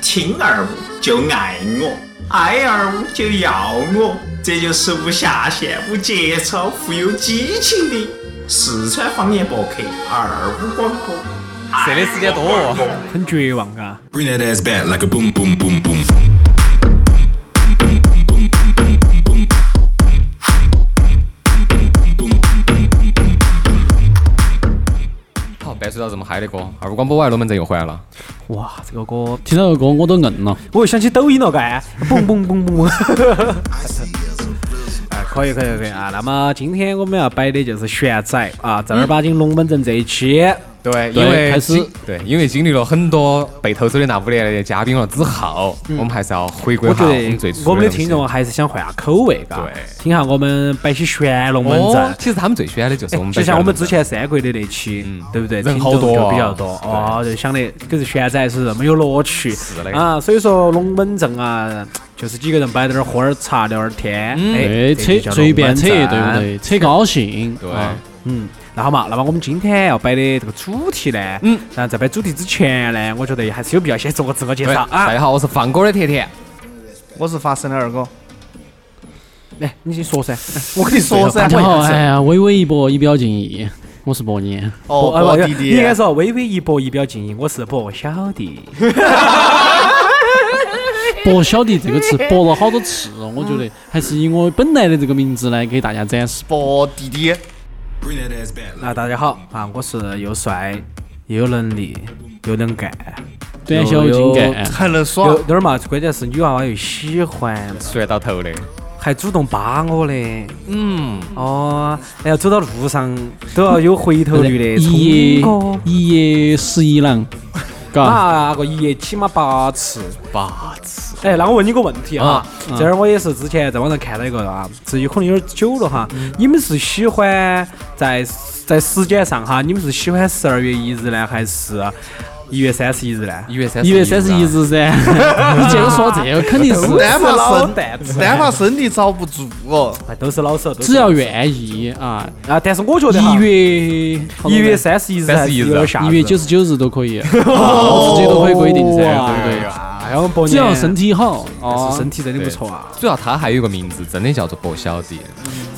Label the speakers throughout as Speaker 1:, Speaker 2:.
Speaker 1: 亲二五就爱我，爱二五就要我，这就是无下限、无节操、富有激情的四川方言博客二五广播。
Speaker 2: 这的时间多哦，
Speaker 3: 很绝望啊！
Speaker 4: Bring that ass back like a boom, boom, boom, boom.
Speaker 2: 好，伴随到这么嗨的歌，二五广播外龙门阵又回来了。
Speaker 3: 哇，这个歌，
Speaker 5: 听到这个歌我都硬了。
Speaker 3: 我又想起抖音了，该，嘣嘣嘣嘣嘣。 哎，可以可以可以啊！那么今天我们要摆的就是玄仔啊，正儿八经龙门阵这一期。
Speaker 5: 对
Speaker 2: 对，因为
Speaker 5: 开始
Speaker 2: 经对，因为经历了很多被偷走的那五年的嘉宾了之后，我们还是要回归
Speaker 3: 我
Speaker 2: 下
Speaker 3: 觉
Speaker 2: 我们最
Speaker 3: 得
Speaker 2: 初
Speaker 3: 我们的
Speaker 2: 东
Speaker 3: 听
Speaker 2: 西
Speaker 3: 众还是想换下口味，嘎，
Speaker 2: 对
Speaker 3: 听下我们摆起玄龙门
Speaker 2: 哦
Speaker 3: 阵，。
Speaker 2: 其实他们最喜欢的 就是我们
Speaker 3: 就
Speaker 2: 本地
Speaker 3: 像
Speaker 2: 的
Speaker 3: 我
Speaker 2: 龙门阵，
Speaker 3: 们之前三国的那期，对不对？
Speaker 2: 人
Speaker 3: 听
Speaker 2: 好
Speaker 3: 众
Speaker 2: 多
Speaker 3: 就
Speaker 2: 啊
Speaker 3: 比较多哦，就想的，可是现在是这么有乐趣，是
Speaker 2: 的
Speaker 3: 啊，所以说龙门阵啊，就是几个人摆点儿喝点儿茶聊点儿天，哎，
Speaker 5: 哎，
Speaker 3: 这
Speaker 5: 扯
Speaker 3: 就叫
Speaker 5: 随便
Speaker 3: 龙
Speaker 5: 扯，对
Speaker 3: 门阵
Speaker 5: 不？ 对？扯高兴，
Speaker 2: 对
Speaker 5: 啊
Speaker 3: 嗯，那好嘛，那么我们今天要摆的这个主题呢，嗯，然后在摆主题之前呢，我觉得还是有必要先做个自我介
Speaker 2: 对
Speaker 3: 绍啊
Speaker 2: 大。家好，我是放歌的甜甜，
Speaker 6: 我是发生的二哥，
Speaker 3: 来，你先说噻。
Speaker 6: 我跟你说噻，
Speaker 5: 大家好，
Speaker 6: 我也是
Speaker 5: 哎呀，微微一博，以表敬意，我是博年。
Speaker 6: 哦，
Speaker 3: 哎
Speaker 6: 我
Speaker 3: 不
Speaker 6: 弟
Speaker 3: 你应该
Speaker 6: 弟，
Speaker 3: 说微微一博，仪表敬意，我是博小弟。
Speaker 5: 博小弟这个词博了好多次哦，我觉 得还是以我本来的这个名字来给大家展示。
Speaker 6: 博弟弟，
Speaker 4: Bring that ass back
Speaker 3: 那
Speaker 4: like
Speaker 3: 大家好
Speaker 2: 嗯
Speaker 3: 啊，我是又帅又有能力又能干，
Speaker 5: 短小精干，
Speaker 6: 还能耍
Speaker 3: 有，点儿嘛，关键是女娃娃又喜欢，
Speaker 2: 帅到头的，
Speaker 3: 还主动扒我嘞。
Speaker 2: 嗯，
Speaker 3: 哦，然后走到路上都要有啊回头 率的，
Speaker 5: 哎一夜
Speaker 3: 聪哥。
Speaker 5: 一夜十一 郎，嘎，
Speaker 3: 啊，个一夜起码八次。
Speaker 2: 八次，
Speaker 3: 哎，那我问你个问题哈
Speaker 2: 啊，
Speaker 3: 这儿我也是之前在网上看到一个啊，这有可能有点久了哈。
Speaker 2: 嗯
Speaker 3: 你们是喜欢在在时间上哈，你们是喜欢十二月一日呢，还是一月三十一日呢？
Speaker 2: 一月三
Speaker 5: 一月三十一，日 噻。你这个说这个肯定是，
Speaker 6: 单
Speaker 3: 是
Speaker 6: 怕
Speaker 3: 老
Speaker 6: 身，
Speaker 3: 蛋子
Speaker 6: 单怕身体遭不住哦。
Speaker 3: 哎都是老手，都是
Speaker 5: 只要愿意啊，
Speaker 3: 啊，但是我觉得
Speaker 5: 一
Speaker 3: 哈
Speaker 5: 月
Speaker 3: 一月三十一日还是有点吓
Speaker 5: 一
Speaker 3: 人
Speaker 5: 月九十九日都可以，我自己都可以规定噻，
Speaker 6: 哦
Speaker 5: 对不对？
Speaker 3: 哎呀，我们伯
Speaker 5: 只要身
Speaker 3: 体
Speaker 5: 体好
Speaker 3: 是
Speaker 5: 啊，
Speaker 3: 身体真的不错啊，
Speaker 2: 主要他还有一个名字，真的叫做博小弟，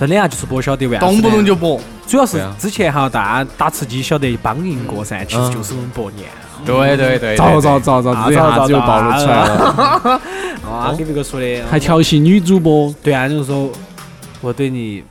Speaker 3: 真的啊，就是不晓得为啥子
Speaker 6: 动
Speaker 3: 呢
Speaker 6: 不动就搏，
Speaker 3: 主要是
Speaker 2: 对啊
Speaker 3: 之前哈，大家打吃鸡晓得帮赢过噻，其实就是我们伯年。
Speaker 2: 对对对，
Speaker 5: 早早早早
Speaker 3: 啊
Speaker 5: 这
Speaker 3: 早
Speaker 5: 下
Speaker 3: 早
Speaker 5: 子就暴露出来了，
Speaker 3: 啊，给别个说的，
Speaker 5: 还调戏女主播，
Speaker 3: 对啊，就是说我对你，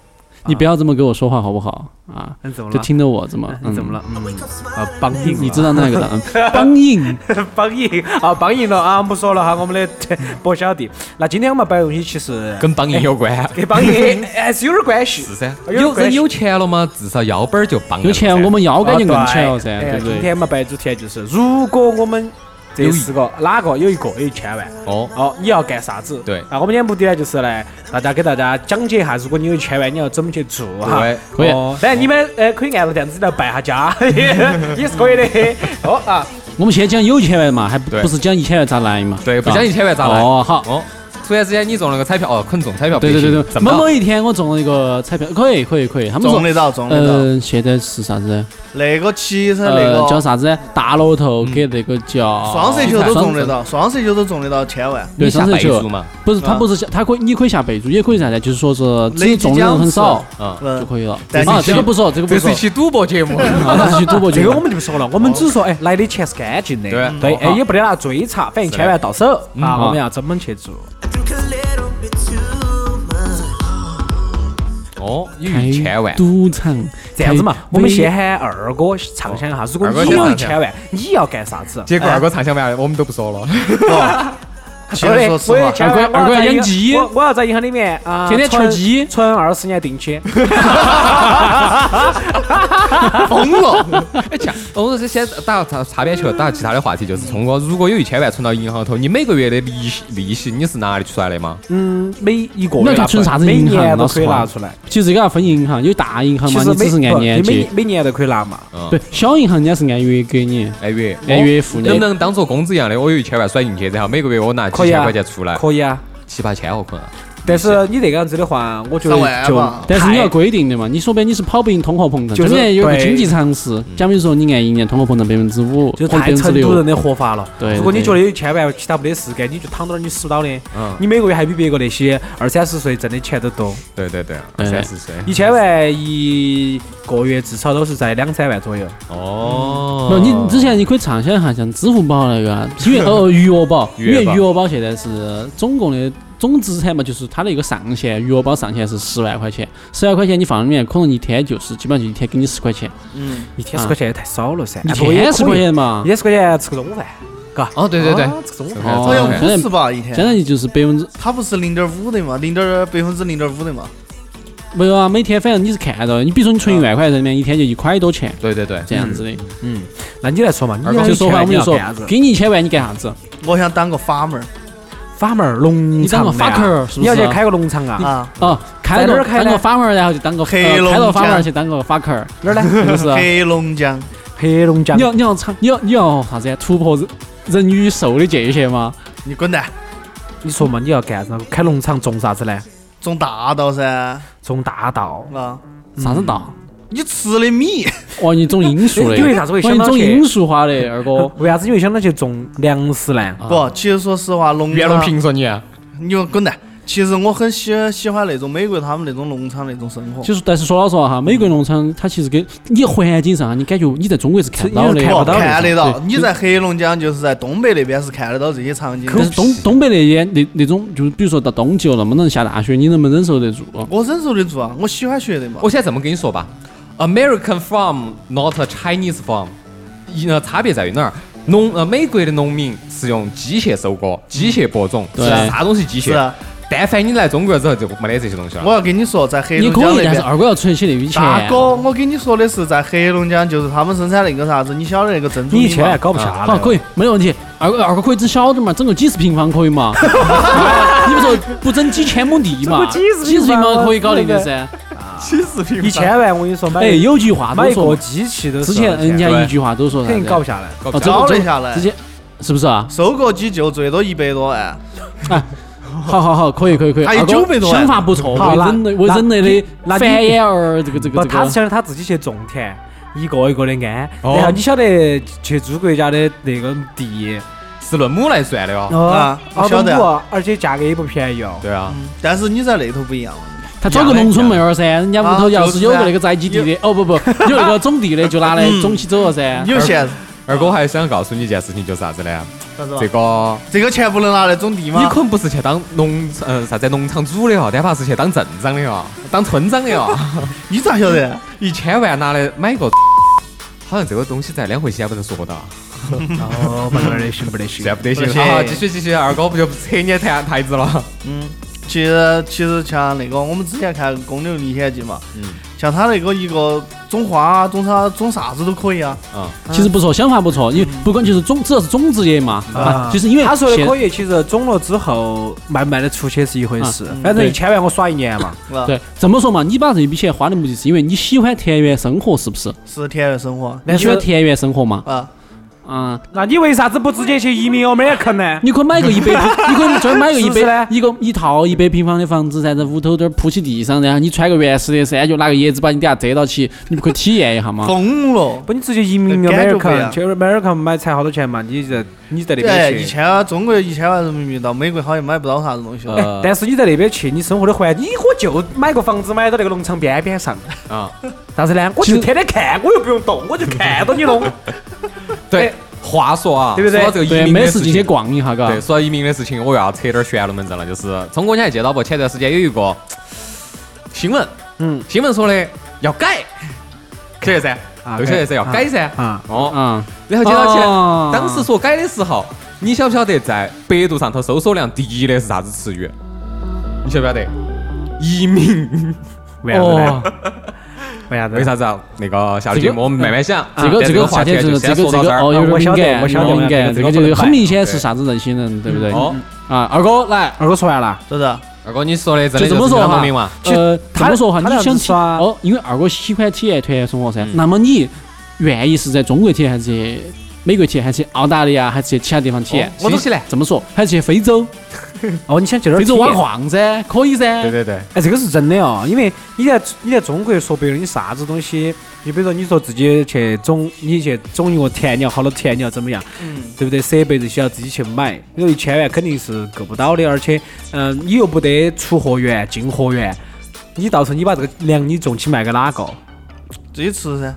Speaker 5: 你不要这么跟我说话好不好啊？
Speaker 3: 嗯，怎么
Speaker 5: 就
Speaker 3: 了？
Speaker 5: 听着我怎么
Speaker 3: 嗯你怎么？了
Speaker 5: 嗯？
Speaker 3: 嗯，啊，帮赢了，
Speaker 5: 你知道那个的，嗯帮硬
Speaker 3: 帮赢啊，帮赢了啊，我们不说了哈，我们 的博小弟。那今天我们摆的东西其实
Speaker 2: 跟帮硬有关，
Speaker 3: 跟帮 赢还是有点关系
Speaker 2: 是，噻，
Speaker 3: 有
Speaker 2: 有
Speaker 3: 关
Speaker 2: 人
Speaker 3: 系
Speaker 2: 有钱了吗？至少腰板儿就帮硬
Speaker 5: 有
Speaker 2: 了噻
Speaker 5: 钱我们腰杆就硬起 来了
Speaker 3: 啊
Speaker 5: 噻，
Speaker 3: 哎
Speaker 5: 哦对不
Speaker 3: 今
Speaker 5: 对？
Speaker 3: 天我们摆主题就是，如果我们这四个哪个有一个有一千万，
Speaker 2: 哦，
Speaker 3: 哦，你要干啥子？
Speaker 2: 对
Speaker 3: 那我们今天目的呢，就是来大家给大家讲解一下，如果你有一千万，你要怎么去做哈？
Speaker 2: 对
Speaker 5: 可以
Speaker 3: 哦当然你们呃可以按照这样子来败 下家， 也是可以的。哦啊，
Speaker 5: 我们先讲有钱万嘛，还不
Speaker 2: 对
Speaker 5: 不是讲一千万咋来嘛？
Speaker 2: 对，不
Speaker 5: 啊
Speaker 2: 讲一千万咋来？
Speaker 5: 哦，好，
Speaker 2: 哦，突然之间你中了个彩票，哦，可能中彩票不
Speaker 5: 对
Speaker 2: 行，
Speaker 5: 对对对，
Speaker 2: 怎么
Speaker 5: 某某
Speaker 2: 了？
Speaker 5: 一天我中了一个彩票，可以可以可以，他们
Speaker 6: 中
Speaker 5: 说。
Speaker 6: 得到，中得到。
Speaker 5: 嗯，现在是啥子？
Speaker 6: 那个其实那
Speaker 5: 呃，叫
Speaker 6: 个
Speaker 5: 啥子？大乐透
Speaker 3: 嗯
Speaker 5: 跟那个叫
Speaker 6: 双色球都中得，到，双色球都中得到千万。
Speaker 5: 对
Speaker 2: 你下
Speaker 5: 双色
Speaker 2: 倍
Speaker 5: 球
Speaker 2: 数嘛，
Speaker 5: 不是，他
Speaker 3: 嗯
Speaker 6: 啊
Speaker 5: 不是下，他可以，你可以下备注，也可以啥的，就是说是只
Speaker 6: 累计
Speaker 5: 中的人很少
Speaker 6: 奖
Speaker 2: 嗯，
Speaker 5: 就
Speaker 6: 嗯，
Speaker 5: 可以了。
Speaker 6: 但是
Speaker 5: 啊，
Speaker 6: 你
Speaker 5: 这个不说，这个不
Speaker 2: 这是
Speaker 5: 说
Speaker 2: 一，期赌 博节目，
Speaker 5: 啊，那是去赌博
Speaker 3: 这
Speaker 5: 去
Speaker 3: 哎个。我们就不说了，我们只是说哎，来的钱是干净的，
Speaker 2: 对
Speaker 3: 对，哎
Speaker 5: 好嗯
Speaker 3: 也不得拿追查，反正千万到手啊，
Speaker 5: 好
Speaker 3: 我们要怎么去做？
Speaker 2: 哦，有一千万，
Speaker 5: 哎赌场
Speaker 3: 这样子嘛，我们先喊二哥畅想一下，如果
Speaker 2: 二哥
Speaker 3: 你
Speaker 2: 先
Speaker 3: 有一
Speaker 2: 畅想
Speaker 3: 千万，你要干啥子？
Speaker 2: 结果二哥畅想完了，我们都不说了，
Speaker 6: 其实说实
Speaker 3: 我也
Speaker 6: 话，
Speaker 3: 千
Speaker 5: 二
Speaker 3: 万
Speaker 5: 哥二哥
Speaker 3: 我在
Speaker 5: 养
Speaker 3: 银
Speaker 5: 鸡
Speaker 3: 我我要在银行里面啊，
Speaker 5: 天天
Speaker 3: 存
Speaker 5: 吃鸡
Speaker 3: 存二十年定期。
Speaker 2: 疯 了。哎，这样，我们是先打擦擦边球，打其他的话题，就是聪哥，如果有一千万存到银行头，你每个月的利息利息你是哪里出来的吗？
Speaker 3: 嗯，每一个
Speaker 5: 那
Speaker 3: 月
Speaker 5: 就
Speaker 3: 拿出
Speaker 5: 存
Speaker 3: 来，
Speaker 5: 啥子
Speaker 3: 每
Speaker 5: 银行
Speaker 3: 年都
Speaker 5: 老
Speaker 3: 可
Speaker 5: 实
Speaker 3: 以
Speaker 5: 话
Speaker 3: 拿出来。
Speaker 5: 其实这个要啊分银行，有大银行
Speaker 3: 其
Speaker 5: 嘛，
Speaker 3: 实
Speaker 5: 你
Speaker 3: 每
Speaker 5: 只是按
Speaker 3: 不
Speaker 5: 年
Speaker 3: 你每
Speaker 5: 结；
Speaker 3: 每年都可以拿嘛。
Speaker 2: 嗯，
Speaker 5: 对，小银行人家是按月给
Speaker 3: 哦
Speaker 5: 你，
Speaker 2: 按月
Speaker 5: 按月付你
Speaker 2: 能不。能当做工资一样的？我有一千万甩进去，然后每个月我拿几
Speaker 3: 可以
Speaker 2: 千
Speaker 3: 啊
Speaker 5: 哎
Speaker 2: 块钱出来，
Speaker 3: 可以啊，
Speaker 2: 七八千哦，可能。
Speaker 3: 但是你那个样子的话，我觉得
Speaker 6: 上万
Speaker 3: 就
Speaker 6: 吧
Speaker 5: 但是你要
Speaker 3: 太
Speaker 5: 规定的嘛，你说白你是跑不赢通货膨胀，
Speaker 3: 就是
Speaker 5: 这边有个
Speaker 3: 对嗯
Speaker 5: 经济常识，假比如说你按一年通货膨胀百分之五
Speaker 3: 就
Speaker 5: 或者百
Speaker 3: 太
Speaker 5: 分之
Speaker 3: 成都
Speaker 5: 六
Speaker 3: 人，的活法了。
Speaker 5: 对
Speaker 3: 如果你
Speaker 5: 对
Speaker 3: 觉得有一千万其他没得事干，你就躺到那儿，你死不到的。
Speaker 2: 嗯，
Speaker 3: 你每个月还比别个那些二三十岁挣的钱都多，
Speaker 2: 对对对，二
Speaker 5: 对
Speaker 2: 三十岁，
Speaker 3: 一千万一个月至少都是在两三万左右。
Speaker 2: 哦，
Speaker 5: 不，你之前你可以畅想一下，像支付宝那个，因为哦余额 宝，因
Speaker 2: 余额
Speaker 5: 为
Speaker 2: 宝
Speaker 5: 余额宝现在是总共的总资产嘛，就是它的一个上限，余额宝上限是十万块钱，十万块钱你放里面，可能一天就是基本上就一天给你十块钱，
Speaker 6: 嗯，
Speaker 3: 一天十块钱也太少了噻，
Speaker 5: 嗯一
Speaker 3: 哎不过也
Speaker 5: 天十
Speaker 3: 可以
Speaker 5: 块钱嘛
Speaker 3: 一，天十块钱吃个中午饭，
Speaker 2: 哦，对对对，
Speaker 3: 啊吃个中午饭。
Speaker 5: 哦
Speaker 6: 好像
Speaker 5: 现在
Speaker 6: 五十吧一天，
Speaker 5: 相当于就是百分之
Speaker 6: 它不是零点五的嘛，零点百分之零点五的嘛，
Speaker 5: 没有啊，每天反正你是看到的，你比如说你存一万块钱里面，一天就一块多钱
Speaker 2: 对对对，
Speaker 5: 这样子的，
Speaker 3: 嗯，那你来说嘛，你
Speaker 2: 二狗
Speaker 3: 要
Speaker 5: 就
Speaker 3: 一
Speaker 5: 说
Speaker 3: 千
Speaker 5: 话我
Speaker 3: 万
Speaker 5: 们
Speaker 3: 你
Speaker 5: 就
Speaker 3: 要
Speaker 5: 说
Speaker 3: 干啥子？
Speaker 5: 给你一千万你干啥子？
Speaker 6: 我想当个 farmer
Speaker 3: 法门儿农
Speaker 5: 你当
Speaker 3: 场
Speaker 5: 个
Speaker 3: 的啊
Speaker 5: farmer 是不
Speaker 3: 你要去
Speaker 5: 是
Speaker 3: 开个农场啊？
Speaker 6: 啊，
Speaker 5: 哦，开
Speaker 3: 在哪
Speaker 5: 个
Speaker 3: 儿开
Speaker 5: 当
Speaker 3: 呢
Speaker 5: 个 farmer，然后就当个呃
Speaker 6: 黑龙
Speaker 5: 开到
Speaker 6: 江
Speaker 5: farmer 去当个 fucker，
Speaker 3: 哪儿呢？
Speaker 5: 是不啊是？
Speaker 6: 黑龙江，
Speaker 3: 黑龙江
Speaker 5: 你。要你要唱，你要你要啥子呀？突破人人与兽的界限吗？
Speaker 6: 你滚蛋，
Speaker 3: 你说嘛，你要干啥？开农场种啥子呢？
Speaker 6: 种大稻噻，啊，
Speaker 3: 种大稻。
Speaker 5: 啥
Speaker 6: 嗯
Speaker 5: 子道？
Speaker 6: 你吃的米，
Speaker 5: 哇，你种罂粟的，
Speaker 3: 哎你为啥子会
Speaker 5: 哇
Speaker 3: 想
Speaker 5: 你
Speaker 3: 到
Speaker 5: 种
Speaker 3: 去？
Speaker 5: 罂粟花的，二哥
Speaker 3: 哦
Speaker 5: 啊
Speaker 3: 为啥子你会想到去种粮食呢？
Speaker 5: 嗯
Speaker 6: 不，其实说实话，农
Speaker 2: 袁隆
Speaker 6: 场，
Speaker 2: 平说你啊，
Speaker 6: 你给我滚蛋。其实我很喜喜欢那种美国他们那种农场那种生活，
Speaker 5: 就是，但是说老实话哈，美国农场它其实跟你环境上啊，你感觉你在中国是看不到
Speaker 3: 你
Speaker 5: 的，
Speaker 3: 是看不到的
Speaker 6: 看得到。
Speaker 5: 对
Speaker 6: 你在黑龙江，就是在东北那边是看得到这些场景
Speaker 5: 但
Speaker 6: 的。
Speaker 5: 是东东北那边那那种，就是比如说到冬季了，那么能下大雪，你能不能忍受得住？
Speaker 6: 我忍受得住啊，我喜欢学的嘛。
Speaker 2: 我现在这么跟你说吧，American farm not a Chinese farm，一呢差别在于哪儿？农呃，美国的农民是用机械收割、机械播种，
Speaker 5: 对
Speaker 2: 是啥东西机
Speaker 6: 是
Speaker 2: 械？
Speaker 6: 啊，
Speaker 2: 但凡你来中国之后就没得这些东西了。
Speaker 6: 我要跟你说，在黑
Speaker 5: 你
Speaker 6: 龙
Speaker 5: 可
Speaker 6: 江
Speaker 5: 以，
Speaker 6: 那
Speaker 5: 但是
Speaker 6: 边，
Speaker 5: 二哥要存起那笔钱。
Speaker 6: 大哥，我跟你说的是，在黑龙江就是他们生产那个啥子，你晓得那个珍珠
Speaker 3: 你一
Speaker 6: 米
Speaker 3: 千
Speaker 6: 嘛
Speaker 5: 哎
Speaker 3: 万？搞不下
Speaker 5: 好，
Speaker 3: 来。
Speaker 5: 啊可以，没问题。二哥二哥可以整小点嘛，整个几十平方可以 嘛？你不说不整几千亩地嘛？
Speaker 3: 整个
Speaker 5: 几
Speaker 3: 几
Speaker 5: 十平
Speaker 3: 十平
Speaker 5: 方
Speaker 3: 方
Speaker 5: 可以搞定的噻。
Speaker 3: 一千万，我跟你说，买
Speaker 5: 哎，有句话
Speaker 3: 买
Speaker 5: 都
Speaker 3: 一个
Speaker 5: 说，
Speaker 3: 机器啊都是
Speaker 5: 之前人家
Speaker 2: 对
Speaker 5: 一句话都说啥
Speaker 3: 啊肯定搞不
Speaker 5: 子？
Speaker 3: 下来。
Speaker 2: 搞
Speaker 5: 哦，
Speaker 2: 不
Speaker 5: 这
Speaker 2: 下
Speaker 5: 个
Speaker 6: 招了
Speaker 5: 这
Speaker 6: 一下来
Speaker 5: 之，前是不是啊？
Speaker 6: 收割机就最多一百多万，
Speaker 5: 好好好，可以可以可以。
Speaker 6: 还有
Speaker 5: 二哥
Speaker 6: 900多万
Speaker 5: 想法不错，
Speaker 3: 好
Speaker 5: 为
Speaker 3: 那
Speaker 5: 人类为
Speaker 3: 那
Speaker 5: 人类
Speaker 3: 那
Speaker 5: 的
Speaker 3: 你
Speaker 5: 繁衍而这个这个
Speaker 3: 不，
Speaker 5: 这
Speaker 3: 他是
Speaker 5: 个。
Speaker 3: 想着他自己去种田，一个一个的安。
Speaker 2: 哦
Speaker 3: 然后你晓得去租国家的那个地，
Speaker 2: 是论亩来算的哦。
Speaker 6: 啊
Speaker 3: 二百
Speaker 6: 我晓得
Speaker 3: 五，而且价格也不便宜哦。
Speaker 2: 对啊，
Speaker 6: 但是你在那头不一样。
Speaker 5: 他找个农村妹儿噻，人家屋头
Speaker 6: 啊
Speaker 5: 要
Speaker 6: 就是是
Speaker 5: 有个
Speaker 6: 噻
Speaker 5: 那个宅基地的，哦不不，有那个种地的就拿来
Speaker 6: 嗯
Speaker 5: 种起走了噻。
Speaker 6: 有钱
Speaker 2: 二哥还想告诉你一件事情，就是啥子呢？
Speaker 6: 啥子
Speaker 2: 这
Speaker 6: 吧？
Speaker 2: 个
Speaker 6: 这个钱不能拿来种地
Speaker 2: 你
Speaker 6: 吗？
Speaker 2: 可能不是去当农呃啥子农场主的哦，但怕是去当镇长的哦，当村长的哦。
Speaker 6: 你咋晓得？
Speaker 2: 一千万拿来买个，好像这个东西在两回西安不能说啊到。
Speaker 3: 哦，不得行，不得
Speaker 2: 现
Speaker 3: 行
Speaker 2: 在。不得行
Speaker 6: 不
Speaker 2: 了，
Speaker 6: 得行
Speaker 2: 好好啊继续继续，二哥不就扯你台台子了？
Speaker 6: 嗯，其实其实像那个我们之前看《公牛历险记》嘛，
Speaker 2: 嗯
Speaker 6: 啊像他那个一个种花啊，种啥种啥子都可以啊。
Speaker 2: 啊，
Speaker 5: 其实不错，想法不错，因为不管就是种，只要是种植业嘛，
Speaker 3: 嗯
Speaker 5: 啊，
Speaker 3: 啊
Speaker 5: 就是因为
Speaker 3: 他说的
Speaker 5: 现
Speaker 3: 可以，其实种了之后卖不卖得出去是一回事
Speaker 6: 啊，
Speaker 3: 反正
Speaker 5: 对
Speaker 3: 一千万我耍一年嘛。
Speaker 6: 是吧？
Speaker 5: 对，这么说嘛，你把这笔钱花的目的是因为你喜欢田园生活，是不是？
Speaker 6: 是田园生活。
Speaker 5: 你喜欢田园生活嘛？
Speaker 6: 啊，
Speaker 5: 啊，
Speaker 3: 那你为啥子不直接去移民哦我们也 坑呢？
Speaker 5: 你可以买个一百平，你可以专门 买个一
Speaker 3: 是不是呢
Speaker 5: 百一个一套一百平方的房子，然后在屋头这儿铺起地上，然后你穿个原始的衫，就拿个叶子把你底下遮到起，你不可以体验一下吗？
Speaker 6: 疯了！
Speaker 3: 不，你直接移民
Speaker 6: 感觉不一
Speaker 3: America，
Speaker 6: 样
Speaker 3: 去 America 买才好多钱嘛？你在你在那
Speaker 6: 哎，
Speaker 3: 边
Speaker 6: 一
Speaker 3: 去，
Speaker 6: 千万，中国一千万人民币到美国好像买不到啥子东西了。
Speaker 2: 呃
Speaker 3: 但是你在那边去，你生活的环境，我就买个房子买到那个农场边边上，
Speaker 2: 啊，
Speaker 3: 啥子呢？我
Speaker 5: 其
Speaker 3: 就
Speaker 5: 实
Speaker 3: 天天看，我又不用动，我就看到你 弄。
Speaker 2: 对
Speaker 3: 哎，
Speaker 2: 话说啊，
Speaker 3: 对不对
Speaker 2: 说到这个移
Speaker 5: 对，
Speaker 2: 民
Speaker 5: 没
Speaker 2: 的
Speaker 5: 事
Speaker 2: 事
Speaker 5: 进
Speaker 2: 情
Speaker 5: 去。逛一下，嘎
Speaker 2: 对，。说到移民的事情，我又要扯点儿玄龙门阵了。就是聪哥，你还记到不？前段时间有一个新闻，
Speaker 3: 嗯，
Speaker 2: 新闻说的要改，晓得噻，
Speaker 3: 啊
Speaker 2: 都晓得噻，要改噻。
Speaker 3: 啊，
Speaker 2: 哦，
Speaker 5: 啊，
Speaker 2: 然后接到起来，
Speaker 5: 哦
Speaker 2: 当时说改的时候，你晓不晓得在百度上头搜索量第一的是啥子词语？你晓不晓得？移民。
Speaker 3: 为啥子
Speaker 5: 哦
Speaker 3: 呢？哦为啥子？
Speaker 2: 为？啥子啊？那个下期节目我们慢慢想。
Speaker 3: 啊
Speaker 5: 这个
Speaker 2: 但
Speaker 5: 这
Speaker 2: 这
Speaker 5: 个
Speaker 2: 话
Speaker 5: 话
Speaker 2: 题
Speaker 5: 题这
Speaker 2: 就
Speaker 5: 个这
Speaker 2: 先
Speaker 5: 个
Speaker 2: 说
Speaker 5: 这
Speaker 2: 到这
Speaker 5: 个
Speaker 2: 儿。
Speaker 5: 哦，有点
Speaker 3: 我晓得
Speaker 5: 敏感，
Speaker 3: 我晓
Speaker 5: 有
Speaker 3: 得
Speaker 5: 点敏感，
Speaker 3: 这
Speaker 5: 这
Speaker 3: 个
Speaker 5: 个
Speaker 3: 这
Speaker 5: 就
Speaker 3: 个
Speaker 5: 是
Speaker 3: 不
Speaker 5: 很
Speaker 3: 能
Speaker 5: 明显是啥子人心人，对不对？
Speaker 2: 哦，
Speaker 5: 啊，二哥来，
Speaker 3: 二哥说完了。
Speaker 6: 是不是？
Speaker 2: 二哥，你说的真的
Speaker 5: 就这么说哈
Speaker 2: 农民嘛？
Speaker 3: 其实
Speaker 5: 呃，这
Speaker 3: 他
Speaker 5: 么说哈，
Speaker 3: 他
Speaker 5: 你
Speaker 3: 那
Speaker 5: 想
Speaker 3: 样子啊
Speaker 5: 体
Speaker 3: 耍
Speaker 5: 哦，因为二哥喜欢体验团生活噻
Speaker 2: 嗯，
Speaker 5: 那么你愿意是在中国体验还是美国去，还是去澳大利亚，还是去其他地方去
Speaker 2: 哦？新西兰
Speaker 5: 这么说，还是去非洲？
Speaker 3: 哦，你想去哪儿
Speaker 5: 非
Speaker 3: 体
Speaker 5: 洲
Speaker 3: 验？
Speaker 5: 挖矿噻，可以噻。
Speaker 2: 对对，
Speaker 3: 哎，这个是真的哦，因为你在你在中国说白了，你啥子东西，你比如说你说自己去种，你去种一个田，你要好多田，你要怎么样，对不对？设备这些要自己去买，你说一千万肯定是够不到的，而且，嗯、你又不得出货源、进货源，你到时候你把这个粮你种起卖给哪个？
Speaker 6: 自己吃噻。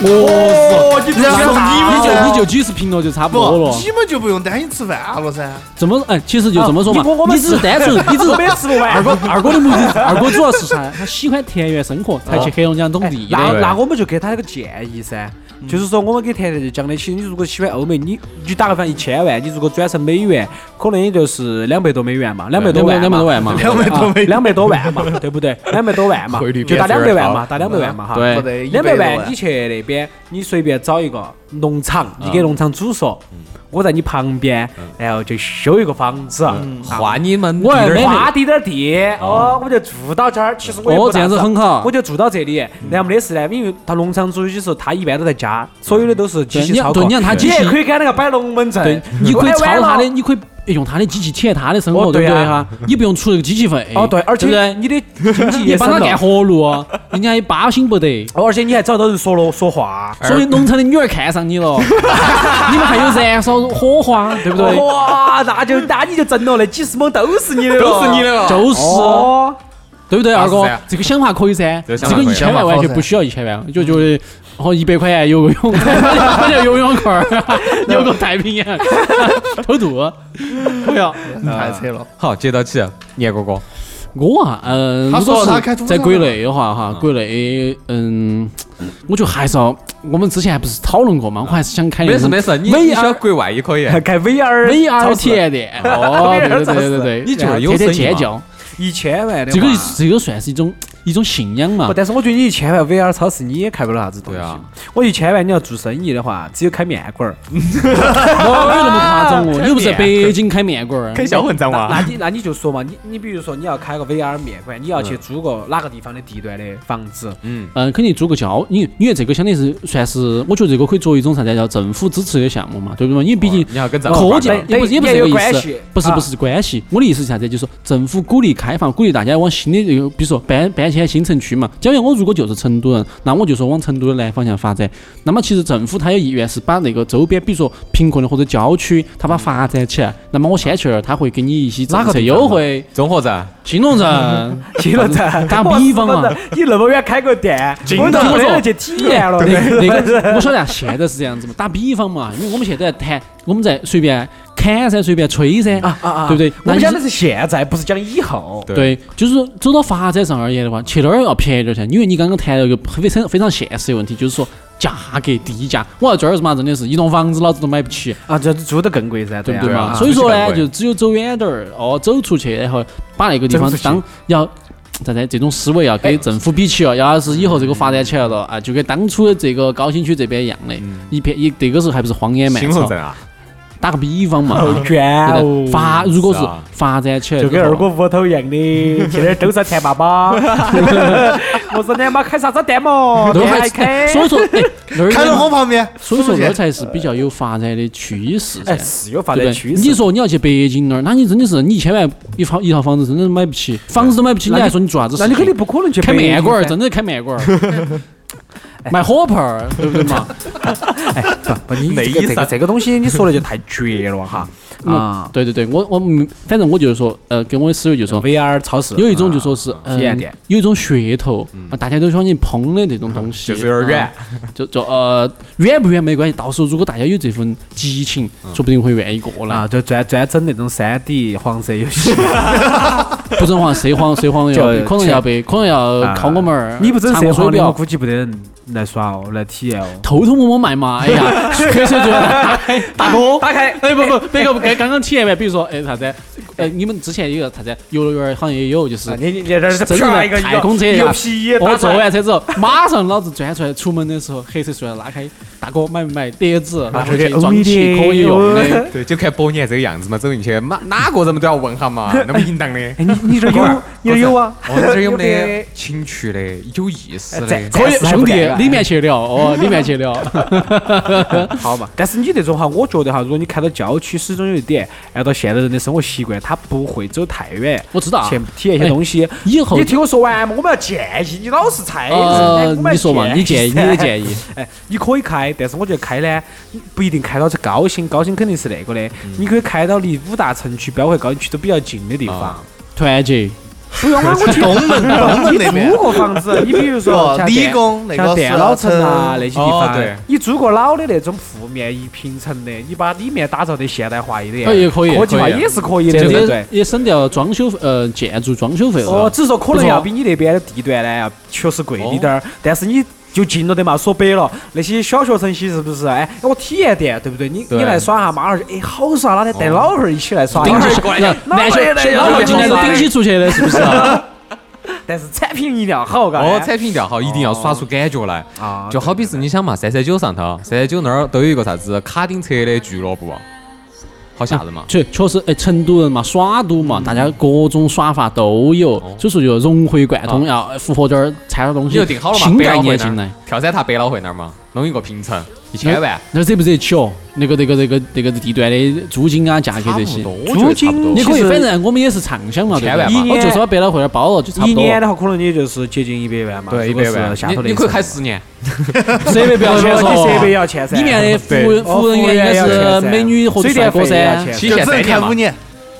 Speaker 5: 哦，
Speaker 6: 你这样说你们
Speaker 5: 你就你就几十平了，就差不多
Speaker 6: 不
Speaker 5: 了，。
Speaker 6: 你们就不用担心吃饭了噻。
Speaker 5: 怎么？哎，其实就这么说嘛
Speaker 3: 啊你我我，们
Speaker 5: 你只是单纯，你只是
Speaker 3: 我们也吃不完
Speaker 5: 二哥，二哥的目的，二哥主要是啥？他喜欢田园生活，才去黑龙江种
Speaker 3: 哎
Speaker 5: 地
Speaker 3: 那
Speaker 5: 的。嗯
Speaker 3: 那我们就给他那个建议噻，就是说我们给甜甜就讲的，其实你如果喜欢欧美，你你打个比方一千万，你如果转成美元，可能也就是两百多美元嘛，两百多万，
Speaker 5: 两百多万嘛
Speaker 6: 两百多美元
Speaker 3: 两百多万嘛，对不对？两百多万嘛
Speaker 2: 汇率，
Speaker 3: 就打
Speaker 2: 变
Speaker 3: 两
Speaker 2: 成
Speaker 3: 百万
Speaker 2: 多
Speaker 3: 嘛
Speaker 2: 少，
Speaker 3: 打两百万嘛哈。
Speaker 5: 对
Speaker 6: 不得一
Speaker 3: 两百
Speaker 6: 百多
Speaker 3: 万，你去那边，你随便找一个农场，你
Speaker 5: 啊
Speaker 3: 给农场主说，
Speaker 5: 嗯
Speaker 3: 我在你旁边，然后就修一个房子，
Speaker 5: 嗯
Speaker 3: 啊
Speaker 2: 花你们
Speaker 5: 我
Speaker 2: 地
Speaker 5: 也
Speaker 2: 儿
Speaker 5: 没
Speaker 3: 花滴点儿地，哦，我就住到这儿。其实我也
Speaker 5: 啊哦
Speaker 3: 不
Speaker 5: 这样
Speaker 3: 大
Speaker 5: 子
Speaker 3: 啥
Speaker 5: 很好嗯
Speaker 3: 我就住到这里。然后没得事呢，因为他农场主有些时候他一般都在家，所有的都是机
Speaker 5: 嗯对
Speaker 3: 器
Speaker 5: 你
Speaker 3: 操
Speaker 5: 对
Speaker 3: 控。
Speaker 5: 你让他
Speaker 3: 你
Speaker 5: 机
Speaker 3: 也
Speaker 5: 器
Speaker 3: 可以给他那个摆龙门阵
Speaker 5: 对，，你可以
Speaker 3: 哎
Speaker 5: 抄
Speaker 3: 完了
Speaker 5: 他的，你可以哎用他的机器体验他的生活，
Speaker 3: 哦
Speaker 5: 对不
Speaker 3: 对
Speaker 5: 对
Speaker 3: 啊
Speaker 5: 哈？你不用出那个机器费。
Speaker 3: 哦，对，而
Speaker 5: 不
Speaker 3: 且
Speaker 5: 对
Speaker 3: 你的经济
Speaker 5: 你
Speaker 3: 也
Speaker 5: 帮
Speaker 3: 省
Speaker 5: 他干
Speaker 3: 了，
Speaker 5: 活路，哦人家也巴心不得。
Speaker 3: 哦而且你还找到人说了说话。
Speaker 5: 所以农村的女儿看上你了， 你们还有燃烧火花， 对不对？
Speaker 3: 哦哇，那就那你就挣了，那几十亩都是你的，
Speaker 2: 都是你的。了。
Speaker 5: 就是，啊
Speaker 3: 哦，
Speaker 5: 对不对，
Speaker 2: 那
Speaker 5: 二
Speaker 2: 是
Speaker 5: 哥
Speaker 2: 这样？
Speaker 5: 这个想法可以噻，
Speaker 2: 这个
Speaker 5: 这
Speaker 2: 想法可
Speaker 5: 个
Speaker 2: 以
Speaker 5: 一千万完全不需要一千万，就觉得哦，一百块钱游个泳， 买条游泳裤儿， 游个太平洋，偷渡，不
Speaker 3: 啊
Speaker 5: 要。
Speaker 6: 太扯了。
Speaker 2: 好，接到起，年哥哥，
Speaker 5: 我啊，嗯，
Speaker 6: 他
Speaker 5: 如果
Speaker 6: 说他
Speaker 5: 是
Speaker 6: 开出租车
Speaker 5: 在国内的话，哈，国内，嗯，我觉得还是要，我们之前还不是讨论过嘛，我还是想开那
Speaker 2: 嗯没事
Speaker 5: 种
Speaker 2: 没事，你
Speaker 5: 没
Speaker 2: 你
Speaker 5: 啊
Speaker 2: 选国外也可以。
Speaker 3: 开 VR
Speaker 5: VR
Speaker 3: 超
Speaker 5: 体
Speaker 3: 市
Speaker 5: 验店，哦，对对对对对对，哎
Speaker 2: 你觉得有
Speaker 5: 天天
Speaker 2: 生意
Speaker 5: 尖
Speaker 2: 吗
Speaker 5: 叫，
Speaker 3: 一千万的
Speaker 2: 啊
Speaker 5: 这个
Speaker 3: 话
Speaker 5: 这个算是一种一种信仰嘛
Speaker 3: 不，，但是我觉得你一千万 VR 超市你也开不了啥子东西。
Speaker 2: 对啊
Speaker 3: 我一千万你要做生意的话，只有开面馆儿。
Speaker 5: 哪有那么夸张哦？
Speaker 2: 开
Speaker 5: 你又不是在
Speaker 2: 面馆
Speaker 5: 北京开面馆儿，
Speaker 2: 小混账
Speaker 3: 那那你那你就说嘛，你你比如说你要开个 VR 面馆，你要去租个哪个地方的地段的房 子？
Speaker 5: 嗯，肯定租个交，因因为这个相当于是算是，我觉得这个可以作为一种啥子叫政府支持的项目嘛，对不对嘛？因为毕竟
Speaker 2: 你要跟咱们
Speaker 5: 科技
Speaker 2: 挂
Speaker 3: 哦
Speaker 2: 钩
Speaker 5: 也不是也不是
Speaker 3: 也
Speaker 5: 这
Speaker 3: 有
Speaker 5: 个意
Speaker 3: 关
Speaker 5: 思
Speaker 3: 系，
Speaker 5: 不是
Speaker 3: 啊
Speaker 5: 不是关系，我的意思是啥子？就是说政府鼓励开放，鼓励大家往新的这个，比如说搬搬迁新城区嘛。假如我如果就是成都人，那我就说往成都的南方向发展。那么其实政府它有意愿是把那个周边，比如说贫困的或者郊区，它把它发展起来。那么我先去那儿，他会给你一些政策优 惠。
Speaker 2: 综合症，啊
Speaker 5: 新龙镇，
Speaker 3: 去了 噻，
Speaker 5: 打比方啊嘛
Speaker 3: 我是不是，你那么远开个店，
Speaker 2: 进
Speaker 3: 我们都
Speaker 5: 到
Speaker 3: 没
Speaker 5: 了
Speaker 3: 得人去体验了。
Speaker 5: 那个我晓得啊现在是这样子嘛。打比方嘛，因为我们现在在谈，我们在随便砍噻，随便吹噻，
Speaker 3: 啊啊啊！
Speaker 5: 对不对？
Speaker 3: 我
Speaker 5: 那
Speaker 3: 们
Speaker 5: 你
Speaker 3: 讲的是现在，不是讲以后。
Speaker 5: 对，就是说走到发展上而言的话，去那儿要便宜点儿钱，因为你刚刚谈到一个非常非常现实的问题，就是说价格低价。我要这儿是嘛，真的是一栋房子老子都买不起，
Speaker 3: 啊，这住的更贵噻，
Speaker 5: 对
Speaker 3: 啊
Speaker 5: 不对嘛？
Speaker 3: 啊
Speaker 5: 所以说
Speaker 2: 这
Speaker 5: 呢，
Speaker 2: 个贵
Speaker 5: 就只有走远点儿，哦，走出去，然后把那个地方
Speaker 3: 走出去哎
Speaker 5: 当要。咋子？这种思维要跟政府比起哦，要是以后这个发展起来了啊，就跟当初的这个高新区这边一样的，
Speaker 3: 嗯
Speaker 5: 一片一这个时候还不是荒野蛮
Speaker 2: 新混
Speaker 5: 草？
Speaker 2: 症啊，
Speaker 5: 打个比方 嘛，
Speaker 3: 好远
Speaker 5: 对啊
Speaker 3: 哦
Speaker 5: 不对，发如果是
Speaker 2: 是啊
Speaker 5: 发展起来
Speaker 3: 就
Speaker 5: 之后，
Speaker 3: 跟二哥屋头一样 的，去那儿都是田爸 爸。我说你妈开啥子店 嘛？
Speaker 5: 都
Speaker 3: 店
Speaker 5: 还
Speaker 3: 还 开，
Speaker 5: 所以说哎，那儿
Speaker 6: 开到我旁边，
Speaker 5: 所以说
Speaker 6: 是不
Speaker 5: 那
Speaker 6: 是
Speaker 5: 才是比较有发展的趋势噻
Speaker 3: 哎，，是有发
Speaker 5: 对
Speaker 3: 展
Speaker 5: 不
Speaker 3: 趋
Speaker 5: 对？
Speaker 3: 势。
Speaker 5: 你说你要去北京那儿，那你真的是你一千万一套一套房子，真的是买不 起，房子都买不起，
Speaker 3: 那
Speaker 5: 你
Speaker 3: 你
Speaker 5: 还说你做啥子事
Speaker 3: 那
Speaker 5: 情？
Speaker 3: 你肯定不可能去
Speaker 5: 开
Speaker 3: 北京
Speaker 5: 面馆儿，
Speaker 3: 噻哎
Speaker 5: 真的开面馆 儿，卖火炮儿，对不对嘛？
Speaker 3: 不，你
Speaker 2: 内
Speaker 3: 这个
Speaker 2: 衣
Speaker 3: 这个
Speaker 2: 上
Speaker 3: 这个东西你说的就太绝了哈啊
Speaker 5: 嗯，！对对对，我我明反正我就是说，呃，跟我的思维就是说。
Speaker 3: ，VR 超市
Speaker 5: 有一种就说是，
Speaker 3: 体验
Speaker 5: 嗯
Speaker 3: 店，
Speaker 5: 有一种噱头，啊，大家都想去捧的那种东西，
Speaker 2: 就是有点远
Speaker 5: 啊，就就呃，远不远没关系，到时候如果大家有这份激情，说不定会愿意过来
Speaker 3: 啊，。就专专整那种三 D 黄色游 戏，
Speaker 5: 不整黄涉黄涉黄要被
Speaker 3: 就
Speaker 5: 可能要被可能要靠我们儿
Speaker 3: 你不整
Speaker 5: 查
Speaker 3: 涉
Speaker 5: 我手
Speaker 3: 黄的，我
Speaker 5: 表，
Speaker 3: 估计不得人来耍哦，来体验哦。
Speaker 5: 偷偷摸摸卖嘛，哎呀，黑手就大哥。
Speaker 3: 打开，
Speaker 5: 哎哎不不，别个刚刚体验完，比如说哎啥子，哎你们之前有个啥子游乐园好像也有，就是
Speaker 3: 啊你你你这是
Speaker 5: 真正
Speaker 3: 啪一个
Speaker 5: 的太空车
Speaker 3: 一
Speaker 5: 呀
Speaker 3: 个皮衣，
Speaker 5: 我
Speaker 3: 打
Speaker 5: 坐
Speaker 3: 出来
Speaker 5: 完车之后，马上老子钻出来，出门的时候黑色塑料拉开，大哥买不买碟子，拿
Speaker 3: 拿
Speaker 5: 回
Speaker 3: 出
Speaker 5: 去
Speaker 3: 去
Speaker 5: 装起可以用的。
Speaker 3: 哦
Speaker 2: 对，就看伯年这个样子嘛，走进去，哪哪个人们都要问哈嘛，那么淫荡的。
Speaker 3: 哎，你你这
Speaker 2: 哥们
Speaker 3: 有
Speaker 2: 儿，
Speaker 3: 你这有啊？
Speaker 2: 我们这儿有没
Speaker 3: 别
Speaker 2: 得情趣的、有意思
Speaker 3: 哎
Speaker 2: 的？
Speaker 3: 在
Speaker 5: 可以，
Speaker 3: 暂时还
Speaker 5: 兄
Speaker 3: 不
Speaker 5: 弟
Speaker 3: 敢，干
Speaker 5: 里面去聊 哦，里面去聊。
Speaker 3: 好嘛，但是你这种哈，我觉得哈，如果你开到郊区，始终有一点，按照现代人的生活习惯，他不会走太远，
Speaker 5: 我知道啊
Speaker 3: 去体验一些东西。
Speaker 5: 以后
Speaker 3: 你听我说完嘛，我们要建议，你老是猜。
Speaker 5: 呃，
Speaker 3: 哎我们要
Speaker 5: 你说嘛，你建议你的建
Speaker 3: 议
Speaker 5: 议，
Speaker 3: 噻。 哎，你可以开，但是我觉得开呢，不一定开到这高新，高新肯定是那个的，
Speaker 5: 嗯
Speaker 3: 你可以开到离五大城区、包括高新区都比较近的地
Speaker 5: 啊
Speaker 3: 方。
Speaker 5: 团结。
Speaker 3: 不用啊，我去东门，东
Speaker 6: 门那 边
Speaker 3: 你租过房子，你比如说
Speaker 6: 哦
Speaker 3: 像
Speaker 6: 理
Speaker 3: 电
Speaker 6: 工那
Speaker 3: 像
Speaker 6: 个嗯
Speaker 3: 电
Speaker 6: 石
Speaker 3: 脑
Speaker 6: 老
Speaker 3: 城啊那些地
Speaker 2: 哦
Speaker 3: 方，
Speaker 2: 对
Speaker 3: 你租个老的那种铺面一平层的，你把里面打造得现代化一点，
Speaker 5: 哎也可以
Speaker 3: 科技化
Speaker 5: 可以
Speaker 3: 也是可以的，
Speaker 5: 这
Speaker 3: 对不
Speaker 5: 个
Speaker 3: 对？
Speaker 5: 也省掉装修费呃建筑装修费了。
Speaker 3: 哦，只是说可能要
Speaker 5: 不错哦
Speaker 3: 比你那边的地段呢要确实贵一点儿，但是你。就近了的嘛，说白了，那些小学生些是不是？哎，我体验点，对不对？你
Speaker 2: 对
Speaker 3: 你来耍下，妈儿，哎，好耍，哪天带老汉儿一起来耍一
Speaker 5: 哦顶
Speaker 3: 下
Speaker 5: 起。
Speaker 3: 老
Speaker 5: 男
Speaker 3: 爷来
Speaker 5: 性老
Speaker 3: 了
Speaker 5: 汉今天是顶起出去的，是不是啊？
Speaker 3: 但是产品一定要好，嘎。哎
Speaker 2: 哦，产品调好，一定要耍出感觉来。
Speaker 3: 啊，
Speaker 2: 就好比是你想嘛，三三九上头，三三九那儿都有一个啥子卡丁车的俱乐部，啊好吓人嘛。
Speaker 5: 确确实，哎，成都人嘛，耍赌
Speaker 3: 嗯
Speaker 5: 嘛，大家各种耍法都有，
Speaker 3: 哦
Speaker 5: 所以说就融会贯通，要符合点儿掺点儿东
Speaker 2: 你
Speaker 5: 西
Speaker 2: 就定好了，嘛，
Speaker 5: 新
Speaker 2: 百
Speaker 5: 概
Speaker 2: 老汇
Speaker 5: 念
Speaker 2: 那儿
Speaker 5: 进来。
Speaker 2: 跳伞塔百老汇那儿嘛，弄一个平层，一千万，
Speaker 5: 那惹不惹起哦？那个那个那个那个地段的租金啊、价格这些
Speaker 2: 差，不多我觉得差不多
Speaker 3: 租金
Speaker 5: 你可以，
Speaker 3: 哦其实
Speaker 5: 反正我们也是畅想嘛，对
Speaker 2: 千
Speaker 5: 不
Speaker 2: 万
Speaker 5: 对？
Speaker 2: 嘛
Speaker 5: 我就说百老汇那儿包了，就差
Speaker 3: 一
Speaker 5: 不多。
Speaker 3: 年的话，可能也就是接近一百万嘛，
Speaker 2: 对，一
Speaker 3: 如果
Speaker 2: 百
Speaker 3: 是
Speaker 2: 万
Speaker 3: 下头，
Speaker 2: 你
Speaker 3: 的
Speaker 2: 你可以
Speaker 3: 成
Speaker 2: 开
Speaker 3: 本
Speaker 2: 十年，
Speaker 5: 设备不要钱
Speaker 3: 你
Speaker 5: 嗦，
Speaker 3: 设备要钱噻
Speaker 5: 里面的服务
Speaker 3: 哦
Speaker 5: 服务人员应该
Speaker 3: 服务人员要
Speaker 5: 是
Speaker 3: 钱噻
Speaker 5: 美女和
Speaker 3: 水
Speaker 5: 帅
Speaker 3: 电
Speaker 5: 哥
Speaker 3: 费也要
Speaker 5: 噻，
Speaker 3: 钱，
Speaker 2: 期限
Speaker 6: 就只能
Speaker 2: 三年
Speaker 6: 看
Speaker 2: 嘛
Speaker 6: 五，年。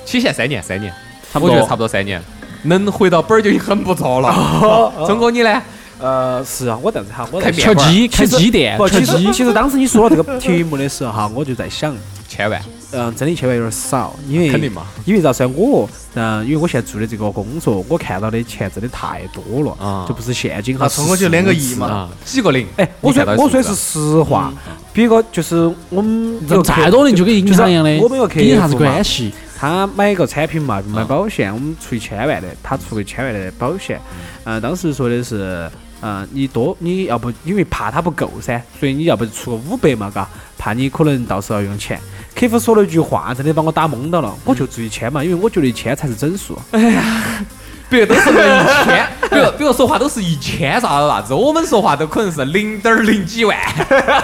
Speaker 2: 期限三年，三年，
Speaker 5: 差不
Speaker 2: 我觉
Speaker 5: 多
Speaker 2: 得差不多三年，能回到本儿就已经很不错了。钟哥你呢？
Speaker 3: 呃，是啊，我但是哈，我
Speaker 2: 开
Speaker 3: 在想
Speaker 2: 面
Speaker 5: 敲鸡开鸡店，
Speaker 3: 不，
Speaker 5: 敲
Speaker 3: 其
Speaker 5: 鸡
Speaker 3: 实其实当时你说到这个题目的时候哈，我就在想，
Speaker 2: 千万，
Speaker 3: 嗯，真的千万有点少，因为
Speaker 2: 肯定嘛，
Speaker 3: 因为咋说，我嗯，因为我现在做的这个工作，我看到的钱真的太多了，
Speaker 2: 啊
Speaker 3: 就不是现金哈，
Speaker 6: 啊，冲过去连个亿
Speaker 3: 嘛。
Speaker 6: 嘛，
Speaker 2: 啊，几个零？
Speaker 3: 哎，我
Speaker 2: 你
Speaker 3: 说
Speaker 2: 看到
Speaker 3: 我说的
Speaker 2: 数
Speaker 3: 是
Speaker 2: 字
Speaker 3: 实话，别个就是我们有
Speaker 5: 人
Speaker 3: 个客
Speaker 5: 再多的你就跟银行一样的
Speaker 3: 就是，我们有客户
Speaker 5: 跟你啥子
Speaker 3: 嘛
Speaker 5: 关系？
Speaker 3: 他买一个产品嘛，买保险，我们出一千万的，他出一千万的保险。呃，当时说的是，呃，你多你要不因为怕他不够噻，所以你要不就出个五百嘛，嘎，怕你可能到时候要用钱。客服说了一句话，真的把我打懵到了，我就出一千嘛，因为我觉得一千才是整数。
Speaker 2: 别都是一千， 比如比如说话都是一千啥子啥子，我们说话都可能是零点儿零几万。
Speaker 3: 零点零零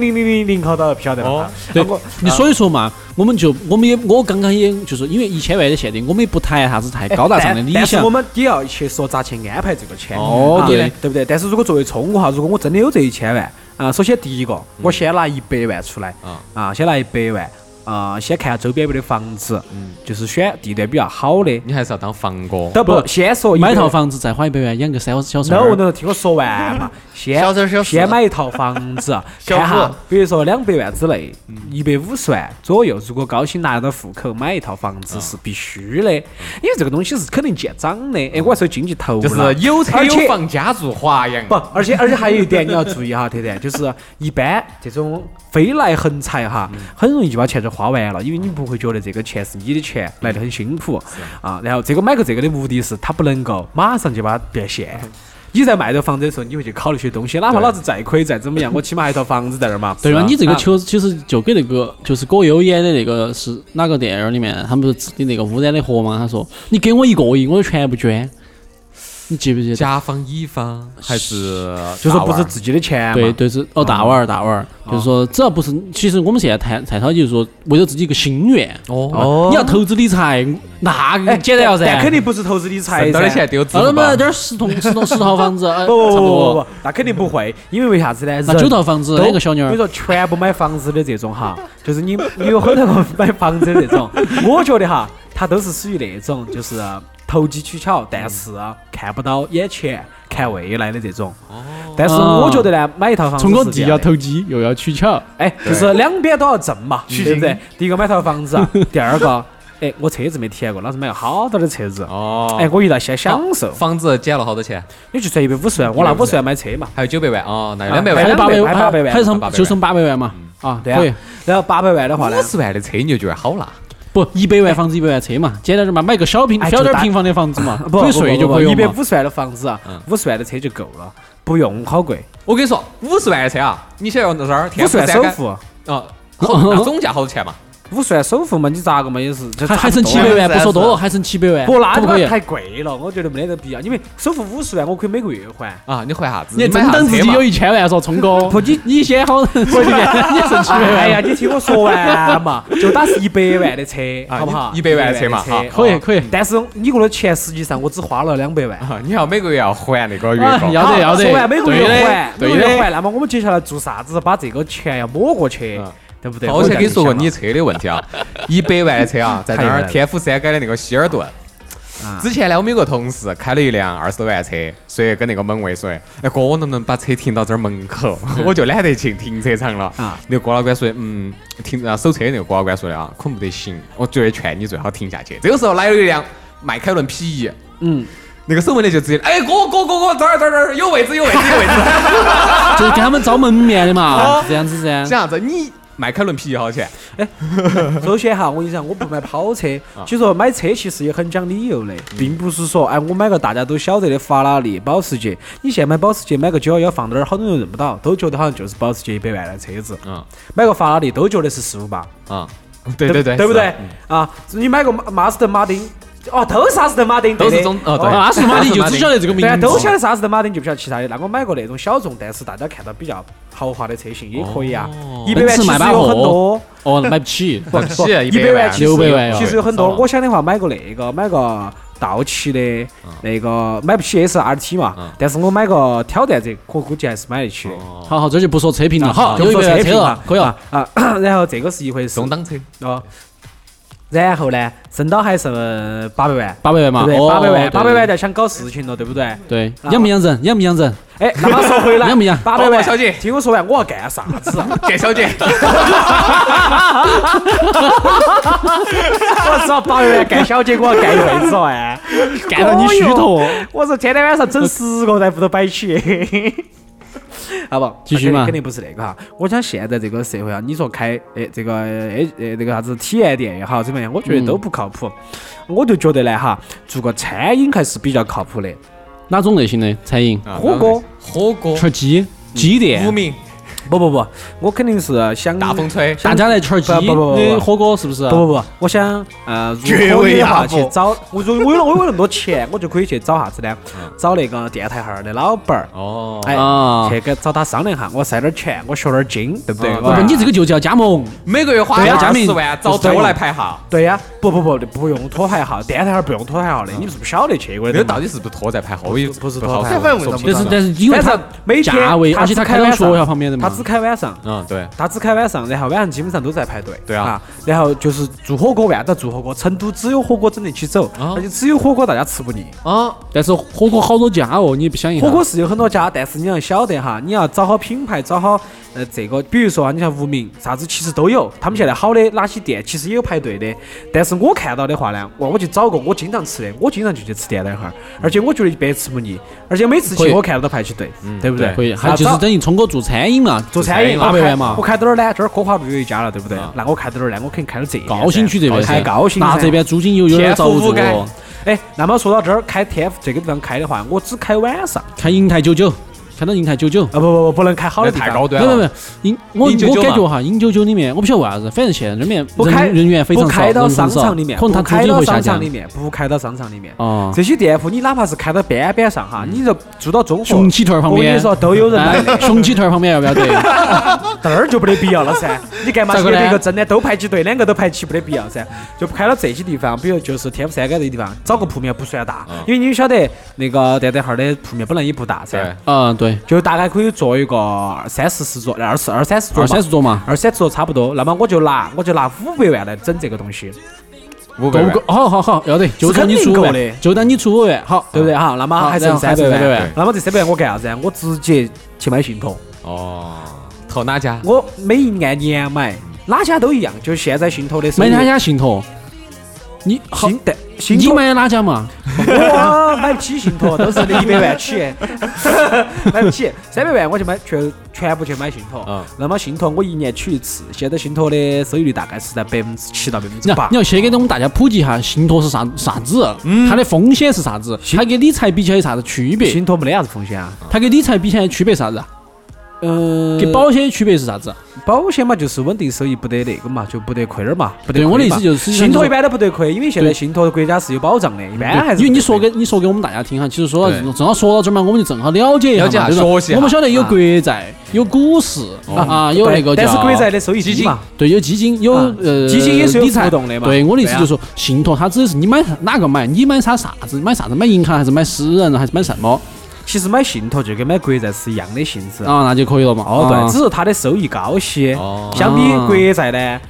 Speaker 3: 零零零零考到不晓得
Speaker 2: 哦
Speaker 3: 吧？
Speaker 5: 对
Speaker 3: 我，
Speaker 5: 你所以说嘛，我们就我们也我刚刚也就是因为一千万的限定，我们也不谈啥子太 高大上的理
Speaker 3: 但但是
Speaker 5: 想
Speaker 3: 我。们也要去说咋去安排这个钱。
Speaker 5: 哦
Speaker 3: 啊
Speaker 5: 对
Speaker 3: 对不对？但是如果作为宠物哈，如果我真的有这一千万，啊，首先第一个，我先拿一百万出来
Speaker 2: 啊，
Speaker 3: 啊，先拿一百万，啊，先看下周边有没得房子，
Speaker 5: 嗯
Speaker 3: 就是选地段比较好的。
Speaker 2: 你还是要当房哥，
Speaker 3: 都不，先说
Speaker 5: 买
Speaker 3: 一百
Speaker 5: 套
Speaker 3: 万。
Speaker 5: 房子再花一百万养个三个小三儿
Speaker 3: no no，听我说完 嘛，先
Speaker 6: 小三儿小四
Speaker 3: 先买一套房子，
Speaker 6: 小
Speaker 3: 看哈
Speaker 6: 户，
Speaker 3: 比如说两百万之内，一百五十万左右，如果高薪拿得到户口，买一套房
Speaker 6: 嗯
Speaker 3: 子是必须的，因为这个东西是肯定见涨的。
Speaker 6: 嗯
Speaker 3: 哎，我还说经济 头
Speaker 2: 就
Speaker 3: 脑
Speaker 2: 是有车
Speaker 3: 而且
Speaker 2: 有房，家住华阳。
Speaker 3: 不，而且而且还有一点你要注意哈，特点就是一般这种飞来横财哈，很容易就把钱就花完了，因为你不会觉得这个钱是你的钱，来的很辛苦啊。然后这个买个这个的目的是他不能够马上就把它变现。你在卖这房子的时候，你会去考虑些东西，哪怕老子再亏再怎么样，我起码还有套房子在那儿嘛。
Speaker 5: 对吧？你这个
Speaker 3: 啊
Speaker 5: 球其实就跟那个就是葛优演的那个是哪个电影里面，他们不是指的那个污染的河吗？他说你给我一个亿，我就全部捐。你记不记得？
Speaker 2: 甲方乙方还是
Speaker 3: 就说不是
Speaker 2: 大
Speaker 3: 自己的钱嘛。
Speaker 5: 对对是哦，大腕儿大腕儿，就是说只要不是，其实我们现在谈蔡超就是说为了自己一个心愿，
Speaker 2: 腕儿哦，
Speaker 3: 哦
Speaker 5: 你要投资理财，那个
Speaker 3: 哎，
Speaker 5: 简单了噻。
Speaker 3: 但肯定不是投资理财
Speaker 2: 挣到的
Speaker 3: 噻
Speaker 2: 钱丢自
Speaker 5: 啊，那
Speaker 2: 己
Speaker 5: 么
Speaker 2: 吧。
Speaker 5: 点儿十栋十栋十套房 子，哎
Speaker 3: 不不
Speaker 5: 差不
Speaker 3: 不不
Speaker 5: 多
Speaker 3: 不。，那肯定不会，因为为啥子呢？
Speaker 5: 那
Speaker 3: 人
Speaker 5: 九套房子
Speaker 3: 都
Speaker 5: 两个小妞
Speaker 3: 我跟你
Speaker 5: 儿，
Speaker 3: 说，全部买房子的这种哈，就是你你有很多个买房子的这种，我觉得哈，他都是属于那种就是投机取巧，但是看不到眼前，看未来的这种。
Speaker 2: 哦
Speaker 3: 但是我觉得呢，买一套房子
Speaker 5: 从我
Speaker 3: 是这
Speaker 5: 既
Speaker 3: 样
Speaker 5: 要
Speaker 3: 的
Speaker 5: 投机又要取巧，
Speaker 3: 哎，就是两边都要挣嘛，对不对？第一个买套房子啊，第二个，哎，我车子没体验过，老子买个好大的车子，
Speaker 2: 哦，
Speaker 3: 哎，我一定要先享受。
Speaker 2: 房子减了好多钱？
Speaker 3: 你就算一百五十万，我拿五十万买车嘛。
Speaker 2: 还有九百万哦，那有两百
Speaker 3: 还
Speaker 5: 还
Speaker 2: 万
Speaker 5: 有
Speaker 3: 有。
Speaker 5: 八
Speaker 3: 800
Speaker 5: 啊百
Speaker 3: 万哎还有
Speaker 5: 还剩
Speaker 3: 800万
Speaker 2: 还有800万
Speaker 5: 就剩八百万嘛，
Speaker 3: 啊，对
Speaker 5: 可以
Speaker 3: 啊。然后八百万的话呢
Speaker 2: 五，十万的车你就觉得好啦，
Speaker 5: 不一百万房子一百万车嘛，简单点嘛，买个小平
Speaker 3: 哎
Speaker 5: 小点
Speaker 3: 就
Speaker 5: 儿
Speaker 3: 大
Speaker 5: 平房的房子嘛，
Speaker 3: 不
Speaker 5: 可以睡就可以
Speaker 3: 一
Speaker 5: 了
Speaker 3: 百
Speaker 5: 嘛。
Speaker 3: 五十万的房子
Speaker 2: 嗯，
Speaker 3: 五十万的车就够了。不用，好贵，
Speaker 2: 我跟你说，五十万的车啊，你想要那儿
Speaker 3: 五
Speaker 2: 天府
Speaker 3: 十万
Speaker 2: 三
Speaker 3: 首
Speaker 2: 杆
Speaker 3: 付，
Speaker 2: 啊，好那总价好多钱嘛？
Speaker 3: 五十万首付嘛，你咋个嘛也是，就
Speaker 5: 还
Speaker 3: 差
Speaker 5: 还
Speaker 3: 不
Speaker 5: 剩
Speaker 3: 多
Speaker 5: 七百万，不说多了，还剩七百万，
Speaker 3: 不，那
Speaker 5: 可不
Speaker 3: 这
Speaker 5: 可以
Speaker 3: 个？太贵了，我觉得没得必要，因为首付五十万，我可以每个月还。
Speaker 2: 啊，你还啥子？
Speaker 5: 你
Speaker 2: 买
Speaker 5: 真
Speaker 2: 啥
Speaker 5: 当
Speaker 2: 子
Speaker 5: 自
Speaker 2: 车
Speaker 5: 己
Speaker 2: 嘛
Speaker 5: 有一千万说聪 哥，不，你你先好， 你剩七百
Speaker 3: 哎
Speaker 5: 万
Speaker 3: 呀，，你听我说完嘛，就打是一百万的车，好不好？
Speaker 2: 一100万的车
Speaker 3: 车
Speaker 2: 嘛啊
Speaker 5: 可以可以，
Speaker 3: 但是你给我的钱实际上我只花了两百 万。
Speaker 2: 啊，你要每个月要还那个月
Speaker 5: 啊
Speaker 2: 供，
Speaker 5: 要得要得，
Speaker 3: 说完每个
Speaker 5: 对
Speaker 3: 月
Speaker 5: 的
Speaker 3: 还，
Speaker 5: 对
Speaker 3: 每个
Speaker 5: 的
Speaker 3: 月。还，那么我们接下来做啥子？把这个钱要抹过去
Speaker 2: 嗯，
Speaker 3: 对不对？
Speaker 2: 好我先跟你说个
Speaker 3: 这
Speaker 2: 你
Speaker 3: 样
Speaker 2: 车的问题 啊，一百万的车啊，在那
Speaker 3: 太远
Speaker 2: 儿
Speaker 3: 了啊
Speaker 2: 天府山改的那个希尔顿。之前呢，我们有个同事开了一辆二十多万车，所以跟那个门卫说：“哎哥，我能不能把车停到这儿门口？ 我就懒得进停车场了。”
Speaker 3: 嗯啊
Speaker 2: 那个郭老倌说：“嗯，停啊，守车的那个郭老倌说的啊，可能不得行，我觉得劝你最好停下去。”这个时候来了一辆迈凯伦 P 1
Speaker 3: 嗯，
Speaker 2: 那个守门的就直接：“哎哥哥哥哥，这儿这儿这儿有位置有位置 有位置。
Speaker 5: 就是给他们招门面的嘛
Speaker 2: 啊，
Speaker 5: 是这样子”噻。
Speaker 2: 想啥子？你迈凯伦 P 1好钱？
Speaker 3: 首先哈，我跟你讲，我不买跑车。其实买车其实也很讲理由的，并不是说，哎，我买个大家都晓得的法拉利、保时捷。你现在买保时捷，买个911放那儿，好多人认不到，都觉得好像就是保时捷一百万的车子。
Speaker 2: 嗯
Speaker 3: 买个法拉利都觉得是四五八，
Speaker 2: 啊，对对对，
Speaker 3: 对不
Speaker 2: 是
Speaker 3: 对
Speaker 2: 的？
Speaker 3: 啊，你买个马马自顿马丁，哦，都是阿斯顿马丁，
Speaker 2: 都是
Speaker 3: 对的
Speaker 2: 中哦对，
Speaker 5: 阿斯顿 马丁就只晓得这个名
Speaker 3: 对啊，
Speaker 5: 字，哦
Speaker 3: 都晓得啥子的马丁，就不晓得其他的。那我买个那种小众，但是大家看到比较豪华的车型也可以啊。一百
Speaker 5: 奔驰
Speaker 3: 万其实
Speaker 5: 迈巴
Speaker 3: 有很多
Speaker 5: 赫，，哦，买不啊起，
Speaker 2: 不
Speaker 3: 不
Speaker 2: 是
Speaker 3: 啊一
Speaker 2: 100
Speaker 3: 万
Speaker 2: 万
Speaker 3: 其实
Speaker 5: 600万
Speaker 2: 哎
Speaker 3: 有其实有很
Speaker 5: 少
Speaker 3: 多。
Speaker 5: 了
Speaker 3: 我想的话，买个那个，买个道奇的
Speaker 2: 嗯
Speaker 3: 那个，买不起 SRT 嘛，但是我买个挑战者，我估计还是买得
Speaker 2: 哦
Speaker 3: 起的。
Speaker 5: 好好，这就不说车评了，好，
Speaker 3: 哦啊就
Speaker 5: 有一
Speaker 3: 不说
Speaker 5: 百万
Speaker 3: 车评
Speaker 5: 车
Speaker 3: 了
Speaker 5: 了，，可以了
Speaker 3: 啊。。啊然后这个是一回事
Speaker 2: 中档车。
Speaker 3: 哦。然后呢，剩到还剩八百万，
Speaker 5: 八百万
Speaker 3: 对
Speaker 5: 嘛，
Speaker 3: 不对？
Speaker 5: 哦
Speaker 3: 八百万，八百
Speaker 5: 对
Speaker 3: 万，在想搞事情了，对不对？
Speaker 5: 对，
Speaker 3: 啊
Speaker 5: 养不养人？养不养人？
Speaker 3: 哎，那么说回来，
Speaker 5: 一样不一样
Speaker 3: 八百
Speaker 2: 宝宝
Speaker 3: 万
Speaker 2: 哦小姐
Speaker 3: 听我说完，我要干啥子啊？
Speaker 2: 盖小姐，
Speaker 3: 我知道八百万干小姐，我要干一辈子哦，哎，
Speaker 5: 干到你虚脱。
Speaker 3: 我是天天晚上整十个在屋头摆起。 好不，
Speaker 5: 继续嘛
Speaker 3: 那肯定肯定不是那个哈。我想现在这个社会啊，你说开诶这个诶诶那个啥子体验店也好怎么样，我觉得都不靠谱。
Speaker 5: 嗯
Speaker 3: 我就觉得呢哈，做个餐饮还是比较靠谱的。
Speaker 5: 哪种类型的餐饮？
Speaker 3: 火锅，
Speaker 2: 火
Speaker 3: 啊
Speaker 2: 锅，
Speaker 5: 吃鸡，鸡
Speaker 2: 无
Speaker 5: 店，
Speaker 2: 名，
Speaker 3: 不不不，我肯定是呃想
Speaker 2: 大风吹，
Speaker 5: 嗯大家来吃鸡
Speaker 3: 不不不不
Speaker 5: 的火锅是不是？
Speaker 3: 不不不，我想呃，
Speaker 6: 绝
Speaker 5: 啊
Speaker 3: 如果
Speaker 6: 味
Speaker 3: 的
Speaker 6: 鸭
Speaker 3: 话去
Speaker 6: 脖
Speaker 3: 找，我如我有了我有那么多钱，我就可以去找啥子呢？
Speaker 5: 嗯
Speaker 3: 找那个电台号儿的老板儿，
Speaker 2: 哦，
Speaker 3: 哎
Speaker 5: 啊，
Speaker 3: 去跟找他商量下，我塞点儿钱，我学点儿精，对不对？
Speaker 2: 哦
Speaker 3: 我
Speaker 5: 不，你这个就叫加盟，
Speaker 2: 每个月花
Speaker 5: 对啊呀
Speaker 2: 二
Speaker 5: 佳明
Speaker 2: 十万，找
Speaker 3: 就是
Speaker 2: 我来排哈。
Speaker 3: 对呀，不不不，不用拖排号，电台号儿不用拖排
Speaker 5: 哦
Speaker 3: 号的，你们是不晓得去过
Speaker 2: 那
Speaker 3: 的
Speaker 2: 到
Speaker 3: 嘛。
Speaker 2: 底是不是拖在排后？我也
Speaker 3: 不是
Speaker 2: 好
Speaker 3: 拖在
Speaker 2: 说
Speaker 6: 排后
Speaker 2: 说不
Speaker 5: 但
Speaker 2: 上
Speaker 5: 是
Speaker 2: 来
Speaker 5: 但是因为
Speaker 3: 反
Speaker 5: 它
Speaker 3: 正每天
Speaker 5: 价位，
Speaker 3: 他
Speaker 5: 而且
Speaker 3: 只
Speaker 5: 它
Speaker 3: 开
Speaker 5: 开到
Speaker 3: 晚
Speaker 5: 学
Speaker 3: 上
Speaker 5: 校旁边的
Speaker 3: 他
Speaker 5: 嘛
Speaker 3: 只，开晚上，
Speaker 2: 嗯，对，
Speaker 3: 他只开晚上，然后晚上基本上都在排队。
Speaker 2: 对啊
Speaker 3: 然后就是做火锅，为啥子要做火锅？成都只有火锅整得起走，
Speaker 2: 哦
Speaker 3: 而且只有火锅大家吃不腻。
Speaker 2: 啊，
Speaker 5: 但是火锅好多家哦，你不想一下
Speaker 3: 火锅是有很多家，但是你要晓得哈，你要找好品牌，找好呃这个，比如说啊，你像无名啥子，其实都有。他们现在好的哪些店，其实也有排队的。但是我看到的话呢，哇，我去找个我经常吃的，我经常就去吃店那哈儿，而且我觉得一百吃不腻，而且每次
Speaker 5: 嗯可以嗯
Speaker 3: 去我看到都排起队，对不对？
Speaker 5: 可以，还
Speaker 3: 啊
Speaker 5: 就是
Speaker 3: 找
Speaker 5: 等于通过做餐饮嘛，
Speaker 3: 做啊餐饮
Speaker 5: 八百万嘛
Speaker 3: 我，开到哪儿呢？这儿科华路有一家了，对不对？那我开到哪儿呢？我肯定开到这边
Speaker 5: 啊高新区这边
Speaker 3: 开
Speaker 5: 噻，
Speaker 3: 高新
Speaker 5: 那
Speaker 3: 噻
Speaker 5: 这边租金又有点遭不住
Speaker 2: 天府五
Speaker 5: 哦，
Speaker 3: 哎，那么说到这儿，开天府这个地方开的话，我只开晚上
Speaker 5: 开银泰九九，看到银泰九九。
Speaker 3: 啊，不不不，不能开好
Speaker 2: 那
Speaker 3: 的地
Speaker 2: 太
Speaker 3: 方。
Speaker 2: 高端
Speaker 5: 没有没
Speaker 2: 了
Speaker 5: 有，，银我
Speaker 2: 饮酒
Speaker 5: 我
Speaker 2: 酒
Speaker 5: 感
Speaker 2: 嘛
Speaker 5: 觉哈，银啊九九里面我不晓得为啥子，反正现在里面
Speaker 3: 不开
Speaker 5: 人人员非常
Speaker 3: 不
Speaker 5: 少，
Speaker 3: 开到
Speaker 5: 人很
Speaker 3: 商
Speaker 5: 少
Speaker 3: 场里面，
Speaker 5: 可能他租
Speaker 3: 不开
Speaker 5: 金
Speaker 3: 到
Speaker 5: 会下
Speaker 3: 商
Speaker 5: 降
Speaker 3: 场里。面，不开到商场里面。
Speaker 5: 哦，嗯
Speaker 3: 这些店铺你哪怕是开到边边上哈，你就住到中
Speaker 5: 雄
Speaker 3: 和，
Speaker 5: 鸡屯旁
Speaker 3: 我跟
Speaker 5: 边
Speaker 3: 你，说都有人来
Speaker 5: 哎
Speaker 3: 的，
Speaker 5: 雄鸡屯旁边要不要 对？
Speaker 3: 那儿就没得必要了 噻。你干嘛
Speaker 5: 咋
Speaker 3: 去
Speaker 5: 个
Speaker 3: 跟
Speaker 5: 呢
Speaker 3: 别个真的都排起队，两个都排起没得必要噻？就开到这些地方，比如就是天府山岗这些地方，找个铺面不算
Speaker 5: 哦
Speaker 3: 大，因为你晓得那个蛋蛋号儿的铺面本来也不大噻
Speaker 2: 对，
Speaker 5: 嗯，对，
Speaker 3: 就大概可以坐一个三四十桌，二十二三十
Speaker 5: 二
Speaker 3: 桌嘛
Speaker 5: 三十桌嘛，
Speaker 3: 二三十桌差不多。那么我就拿我就拿五百万来整这个东西。
Speaker 2: 五
Speaker 5: 够
Speaker 2: 百万
Speaker 5: 够，，好好好，要得，就当你出五
Speaker 3: 肯定够
Speaker 5: 万，
Speaker 3: 的
Speaker 5: 就当你出五万，好，
Speaker 3: 对不对哈？那么
Speaker 5: 好
Speaker 3: 还
Speaker 5: 然
Speaker 3: 剩
Speaker 5: 后
Speaker 3: 三
Speaker 5: 还
Speaker 3: 百
Speaker 5: 剩300
Speaker 3: 万
Speaker 5: 万，
Speaker 3: 那么这三百万我干啥子啊？我直接去买信托，
Speaker 2: 哦，投哪家？
Speaker 3: 我每一按年买，哪家都一样，就现在信托的收
Speaker 5: 买
Speaker 3: 益
Speaker 5: 哪家信托？你好
Speaker 3: 信，贷信
Speaker 5: 你
Speaker 3: 托
Speaker 5: 买哪家嘛？
Speaker 3: 我买不起信托，都是一百万起， 买不起，三百万我就买全全部去买信托。
Speaker 2: 嗯
Speaker 3: 那么信托我一年取一次，现在信托的收益率大概是在百分之七到百分
Speaker 5: 你
Speaker 3: 之
Speaker 5: 要
Speaker 3: 八
Speaker 5: 你。要先给我们大家普及一下信托是啥啥子，
Speaker 3: 嗯
Speaker 5: 它的风险是啥子，它跟理财比起来有啥子区别
Speaker 3: 信？托没得啥子风险啊，
Speaker 5: 它跟理财比起来区别啥子啊？
Speaker 3: 嗯
Speaker 5: 跟保险的区别是啥子？
Speaker 3: 保险嘛就是稳定收益，不得那个嘛，就不得亏儿嘛，不得
Speaker 5: 对
Speaker 3: 亏
Speaker 5: 我的意
Speaker 3: 嘛
Speaker 5: 思就是
Speaker 3: 信托一般都不得亏，因为现在
Speaker 5: 对
Speaker 3: 信托国家是有保障的，一般还是
Speaker 5: 因为你
Speaker 3: 不得
Speaker 5: 说
Speaker 3: 亏
Speaker 5: 给你说给我们大家听哈，其实说到
Speaker 2: 对
Speaker 5: 正好说到这儿嘛，我们就正好了解一下
Speaker 2: 了解一
Speaker 5: 嘛，
Speaker 2: 下
Speaker 5: 对吧
Speaker 2: 学习一下
Speaker 5: 我们晓得有国债，有股市啊，有那个
Speaker 3: 啊哦但
Speaker 5: 叫
Speaker 3: 是国债的收益
Speaker 2: 基
Speaker 3: 低
Speaker 2: 金
Speaker 3: 嘛，
Speaker 5: 对，有基金，有
Speaker 3: 啊
Speaker 5: 呃
Speaker 3: 基金也是有
Speaker 5: 理财
Speaker 3: 浮动的嘛
Speaker 5: 对，我的意
Speaker 3: 对
Speaker 5: 思
Speaker 3: 啊
Speaker 5: 就是说，信托它指的是你买哪个买，你买啥啥子，买啥子，买银行还是买私人还是买什么
Speaker 3: 其实买信托就跟买国债是一样的性质。
Speaker 5: 啊？那就可以了嘛。
Speaker 3: 哦，
Speaker 5: 啊
Speaker 3: 对，只是它的收益高些，
Speaker 2: 哦
Speaker 3: 相比于国债呢。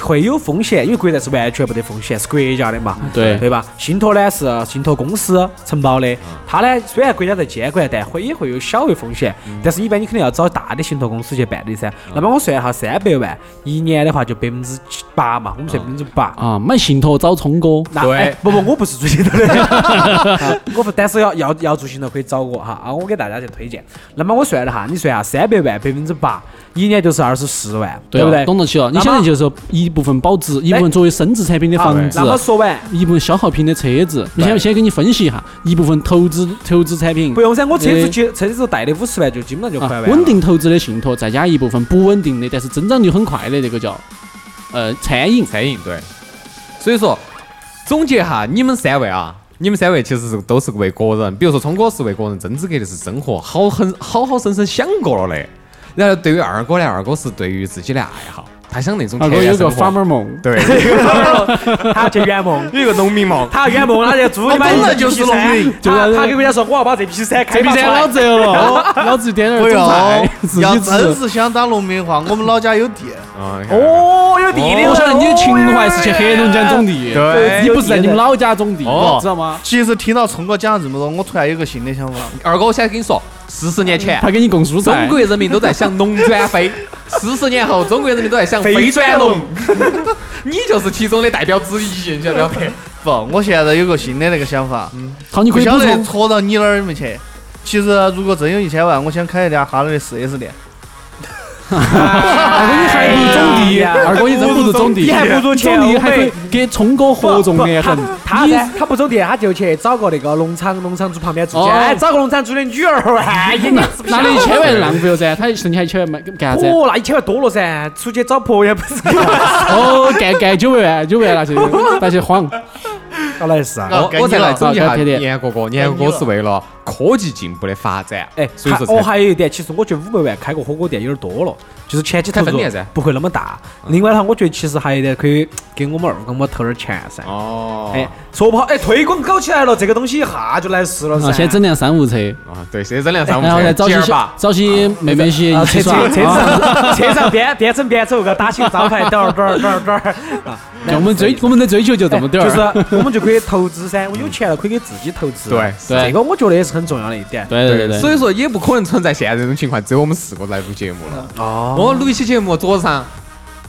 Speaker 3: 会有风险，因为国债是完全不得风险，是国家的嘛，
Speaker 5: 对啊
Speaker 3: 对吧？信托呢是呃信托公司承包的，它呢虽然国家在监管，但会也会有小微风险，
Speaker 5: 嗯
Speaker 3: 但是一般你肯定要找大的信托公司去办理噻。那么我算一下，三百万一年的话就百分之八嘛，我们算百分之八，
Speaker 5: 啊，买信托找聪哥，
Speaker 3: 那
Speaker 2: 对
Speaker 3: 哎不不，我不是做信托的，啊 我不，但是要要要做信托可以找我哈啊，我给大家去推荐。那么我算了哈，你算下三百万百分之八，一年就是二十四万，
Speaker 5: 啊
Speaker 3: 不对？
Speaker 5: 懂得起了。你
Speaker 3: 那么
Speaker 5: 想的就是一部分保值，一部分作为升值产品的啊
Speaker 3: 好
Speaker 5: 房子
Speaker 3: 啊那，么说完，
Speaker 5: 一部分消耗品的车子。你
Speaker 3: 对
Speaker 5: 先先给你分析一下，一部分投资投资产品
Speaker 3: 不。用噻，我车子
Speaker 5: 呃
Speaker 3: 接车子贷的五十万就基本上就
Speaker 5: 啊
Speaker 3: 还完，了
Speaker 5: 稳。定投资的信托，再加一部分不稳定的，但是增长率很快的这个叫，呃，餐饮。
Speaker 2: 餐饮对。所以说，总结哈，你们三位啊，你们三位其实是都是为个人，比如说聪哥是为个人真资格的是生活好很好好生生想过了的。然后对于二哥呢，二哥是对于自己的爱好，他想那种
Speaker 5: 二
Speaker 2: 田
Speaker 5: 哥
Speaker 2: 园
Speaker 5: 啊有个
Speaker 2: 生活
Speaker 5: 法门 梦，
Speaker 2: 对，
Speaker 3: 他去 圆梦，
Speaker 2: 有个农民梦。
Speaker 3: 他圆梦，他就租
Speaker 5: 啊
Speaker 3: 你买
Speaker 6: 我本来
Speaker 3: 一
Speaker 6: 就
Speaker 3: 批
Speaker 6: 是农民
Speaker 3: 山，他他跟人家说我要把这批山开
Speaker 5: 这笔
Speaker 3: 发出
Speaker 5: 钱
Speaker 3: 来
Speaker 5: 老折了，老子点点
Speaker 6: 不
Speaker 5: 儿
Speaker 6: 要哦
Speaker 5: 种菜，自
Speaker 6: 要
Speaker 5: 己
Speaker 6: 真
Speaker 5: 吃。
Speaker 6: 是想当农民的话，我们老家有地，
Speaker 2: 嗯，哦，
Speaker 3: 哦，有地的，
Speaker 5: 我晓得你的情怀是去黑龙江种地，
Speaker 2: 对
Speaker 5: 你不是在你们老家种地，
Speaker 2: 哦
Speaker 5: 知道吗？
Speaker 6: 其实听到聪哥讲了这么多，我突然有个新的想法。
Speaker 2: 二哥，我先跟你说，四十年前
Speaker 3: 哎
Speaker 5: 他。给你供蔬
Speaker 2: 中
Speaker 5: 菜
Speaker 2: 国，人民都在想农转非，四十年后中国人民都在想非转农，你就是其中的代表之一，你晓得不晓得？
Speaker 6: 不，我现在有个新的那个想法，
Speaker 5: 好，你
Speaker 6: 不
Speaker 5: 可以
Speaker 6: 晓
Speaker 5: 补
Speaker 6: 得
Speaker 5: 充。
Speaker 6: 戳到你哪儿没去。其实如果真有一千万，我想开一家哈雷的 4S 店。
Speaker 5: 二哥，你还不如种地，
Speaker 3: 哎呀
Speaker 5: 二哥你真不如种地，
Speaker 3: 哎你还不如
Speaker 5: 种
Speaker 3: 钱
Speaker 5: 地
Speaker 3: 欧
Speaker 5: 还可以
Speaker 3: 美。
Speaker 5: 给聪哥合种的很
Speaker 3: 不不。他他
Speaker 5: 你
Speaker 3: 噻，他不走地，他就去找个那个农场，农场主旁边住去，
Speaker 5: 哦
Speaker 3: 哎，找个农场主的女儿，哎，也拿
Speaker 5: 拿了一千万浪费了噻，他剩下一千万买干啥子？
Speaker 3: 哦，那一千万多了噻，出去找婆也不是，
Speaker 5: 哦，干干九百万，九百万拿去拿去晃。
Speaker 3: 搞来是啊
Speaker 6: 啊
Speaker 2: 我
Speaker 6: 该
Speaker 2: 哦我
Speaker 6: 你
Speaker 2: 再
Speaker 6: 了
Speaker 2: 来总结一
Speaker 5: 啊
Speaker 2: 下
Speaker 5: 该铁铁
Speaker 2: 严哥哥，严哥哥是为了科技进步的发展，
Speaker 3: 哎，
Speaker 2: 所以
Speaker 3: 还
Speaker 2: 说
Speaker 3: 哦，
Speaker 2: 才
Speaker 3: 还有一点，其实我觉得五百万开个火锅店有点多了，就是前期投
Speaker 2: 开分
Speaker 3: 入
Speaker 2: 店噻
Speaker 3: 不会那么大。另外的话，我觉得其实还有一点可以给我们二哥我投点钱噻。
Speaker 2: 哦，
Speaker 3: 哎，说不好，哎，推广搞起来了，这个东西一下就来事了噻。
Speaker 5: 啊，先整辆商务车，哎
Speaker 2: 啊，对，现在两三五
Speaker 5: 然后再
Speaker 2: 千，
Speaker 5: 找
Speaker 2: 姐
Speaker 5: 些
Speaker 2: 儿吧，
Speaker 5: 找些妹妹些一
Speaker 3: 车
Speaker 5: 起耍。
Speaker 3: 车车
Speaker 5: 啊
Speaker 3: 上车上边边整边走，个打起个招牌，等儿等儿等儿等儿 啊。
Speaker 5: 就我们追我们的追求就这么点儿。
Speaker 3: 就是啊我们就可以投资噻，我有钱了可以给自己投资。啊
Speaker 2: 对
Speaker 5: 对
Speaker 3: 这个我觉得也是很重要的一点。
Speaker 5: 对对对，
Speaker 2: 所
Speaker 5: 以
Speaker 2: 以说也不可能存在现在这种情况，只有我们四个来录节目了。
Speaker 3: 哦，
Speaker 2: 我录一期节目，桌子上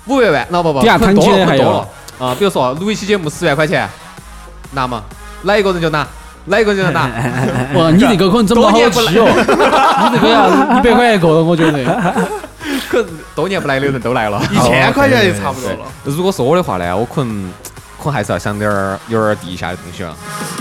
Speaker 2: 五百万，那不不，
Speaker 5: 底下
Speaker 2: 很多
Speaker 5: 躺起
Speaker 2: 了
Speaker 5: 的
Speaker 2: 很多
Speaker 5: 还有
Speaker 2: 了啊，比如说录一期节目十万块钱，拿嘛，来一个人就拿，来一个人就拿，
Speaker 5: 哇，你这个可能整不
Speaker 2: 多
Speaker 5: 好
Speaker 2: 年不
Speaker 5: 期哦，你这个要一百块钱一个了，我觉得。
Speaker 2: 可能多年不来的人都来了。
Speaker 6: 一千块钱就差不多了。
Speaker 2: 如果是我的话呢，我可能可能还是要想点儿有点儿地下的东西了。啊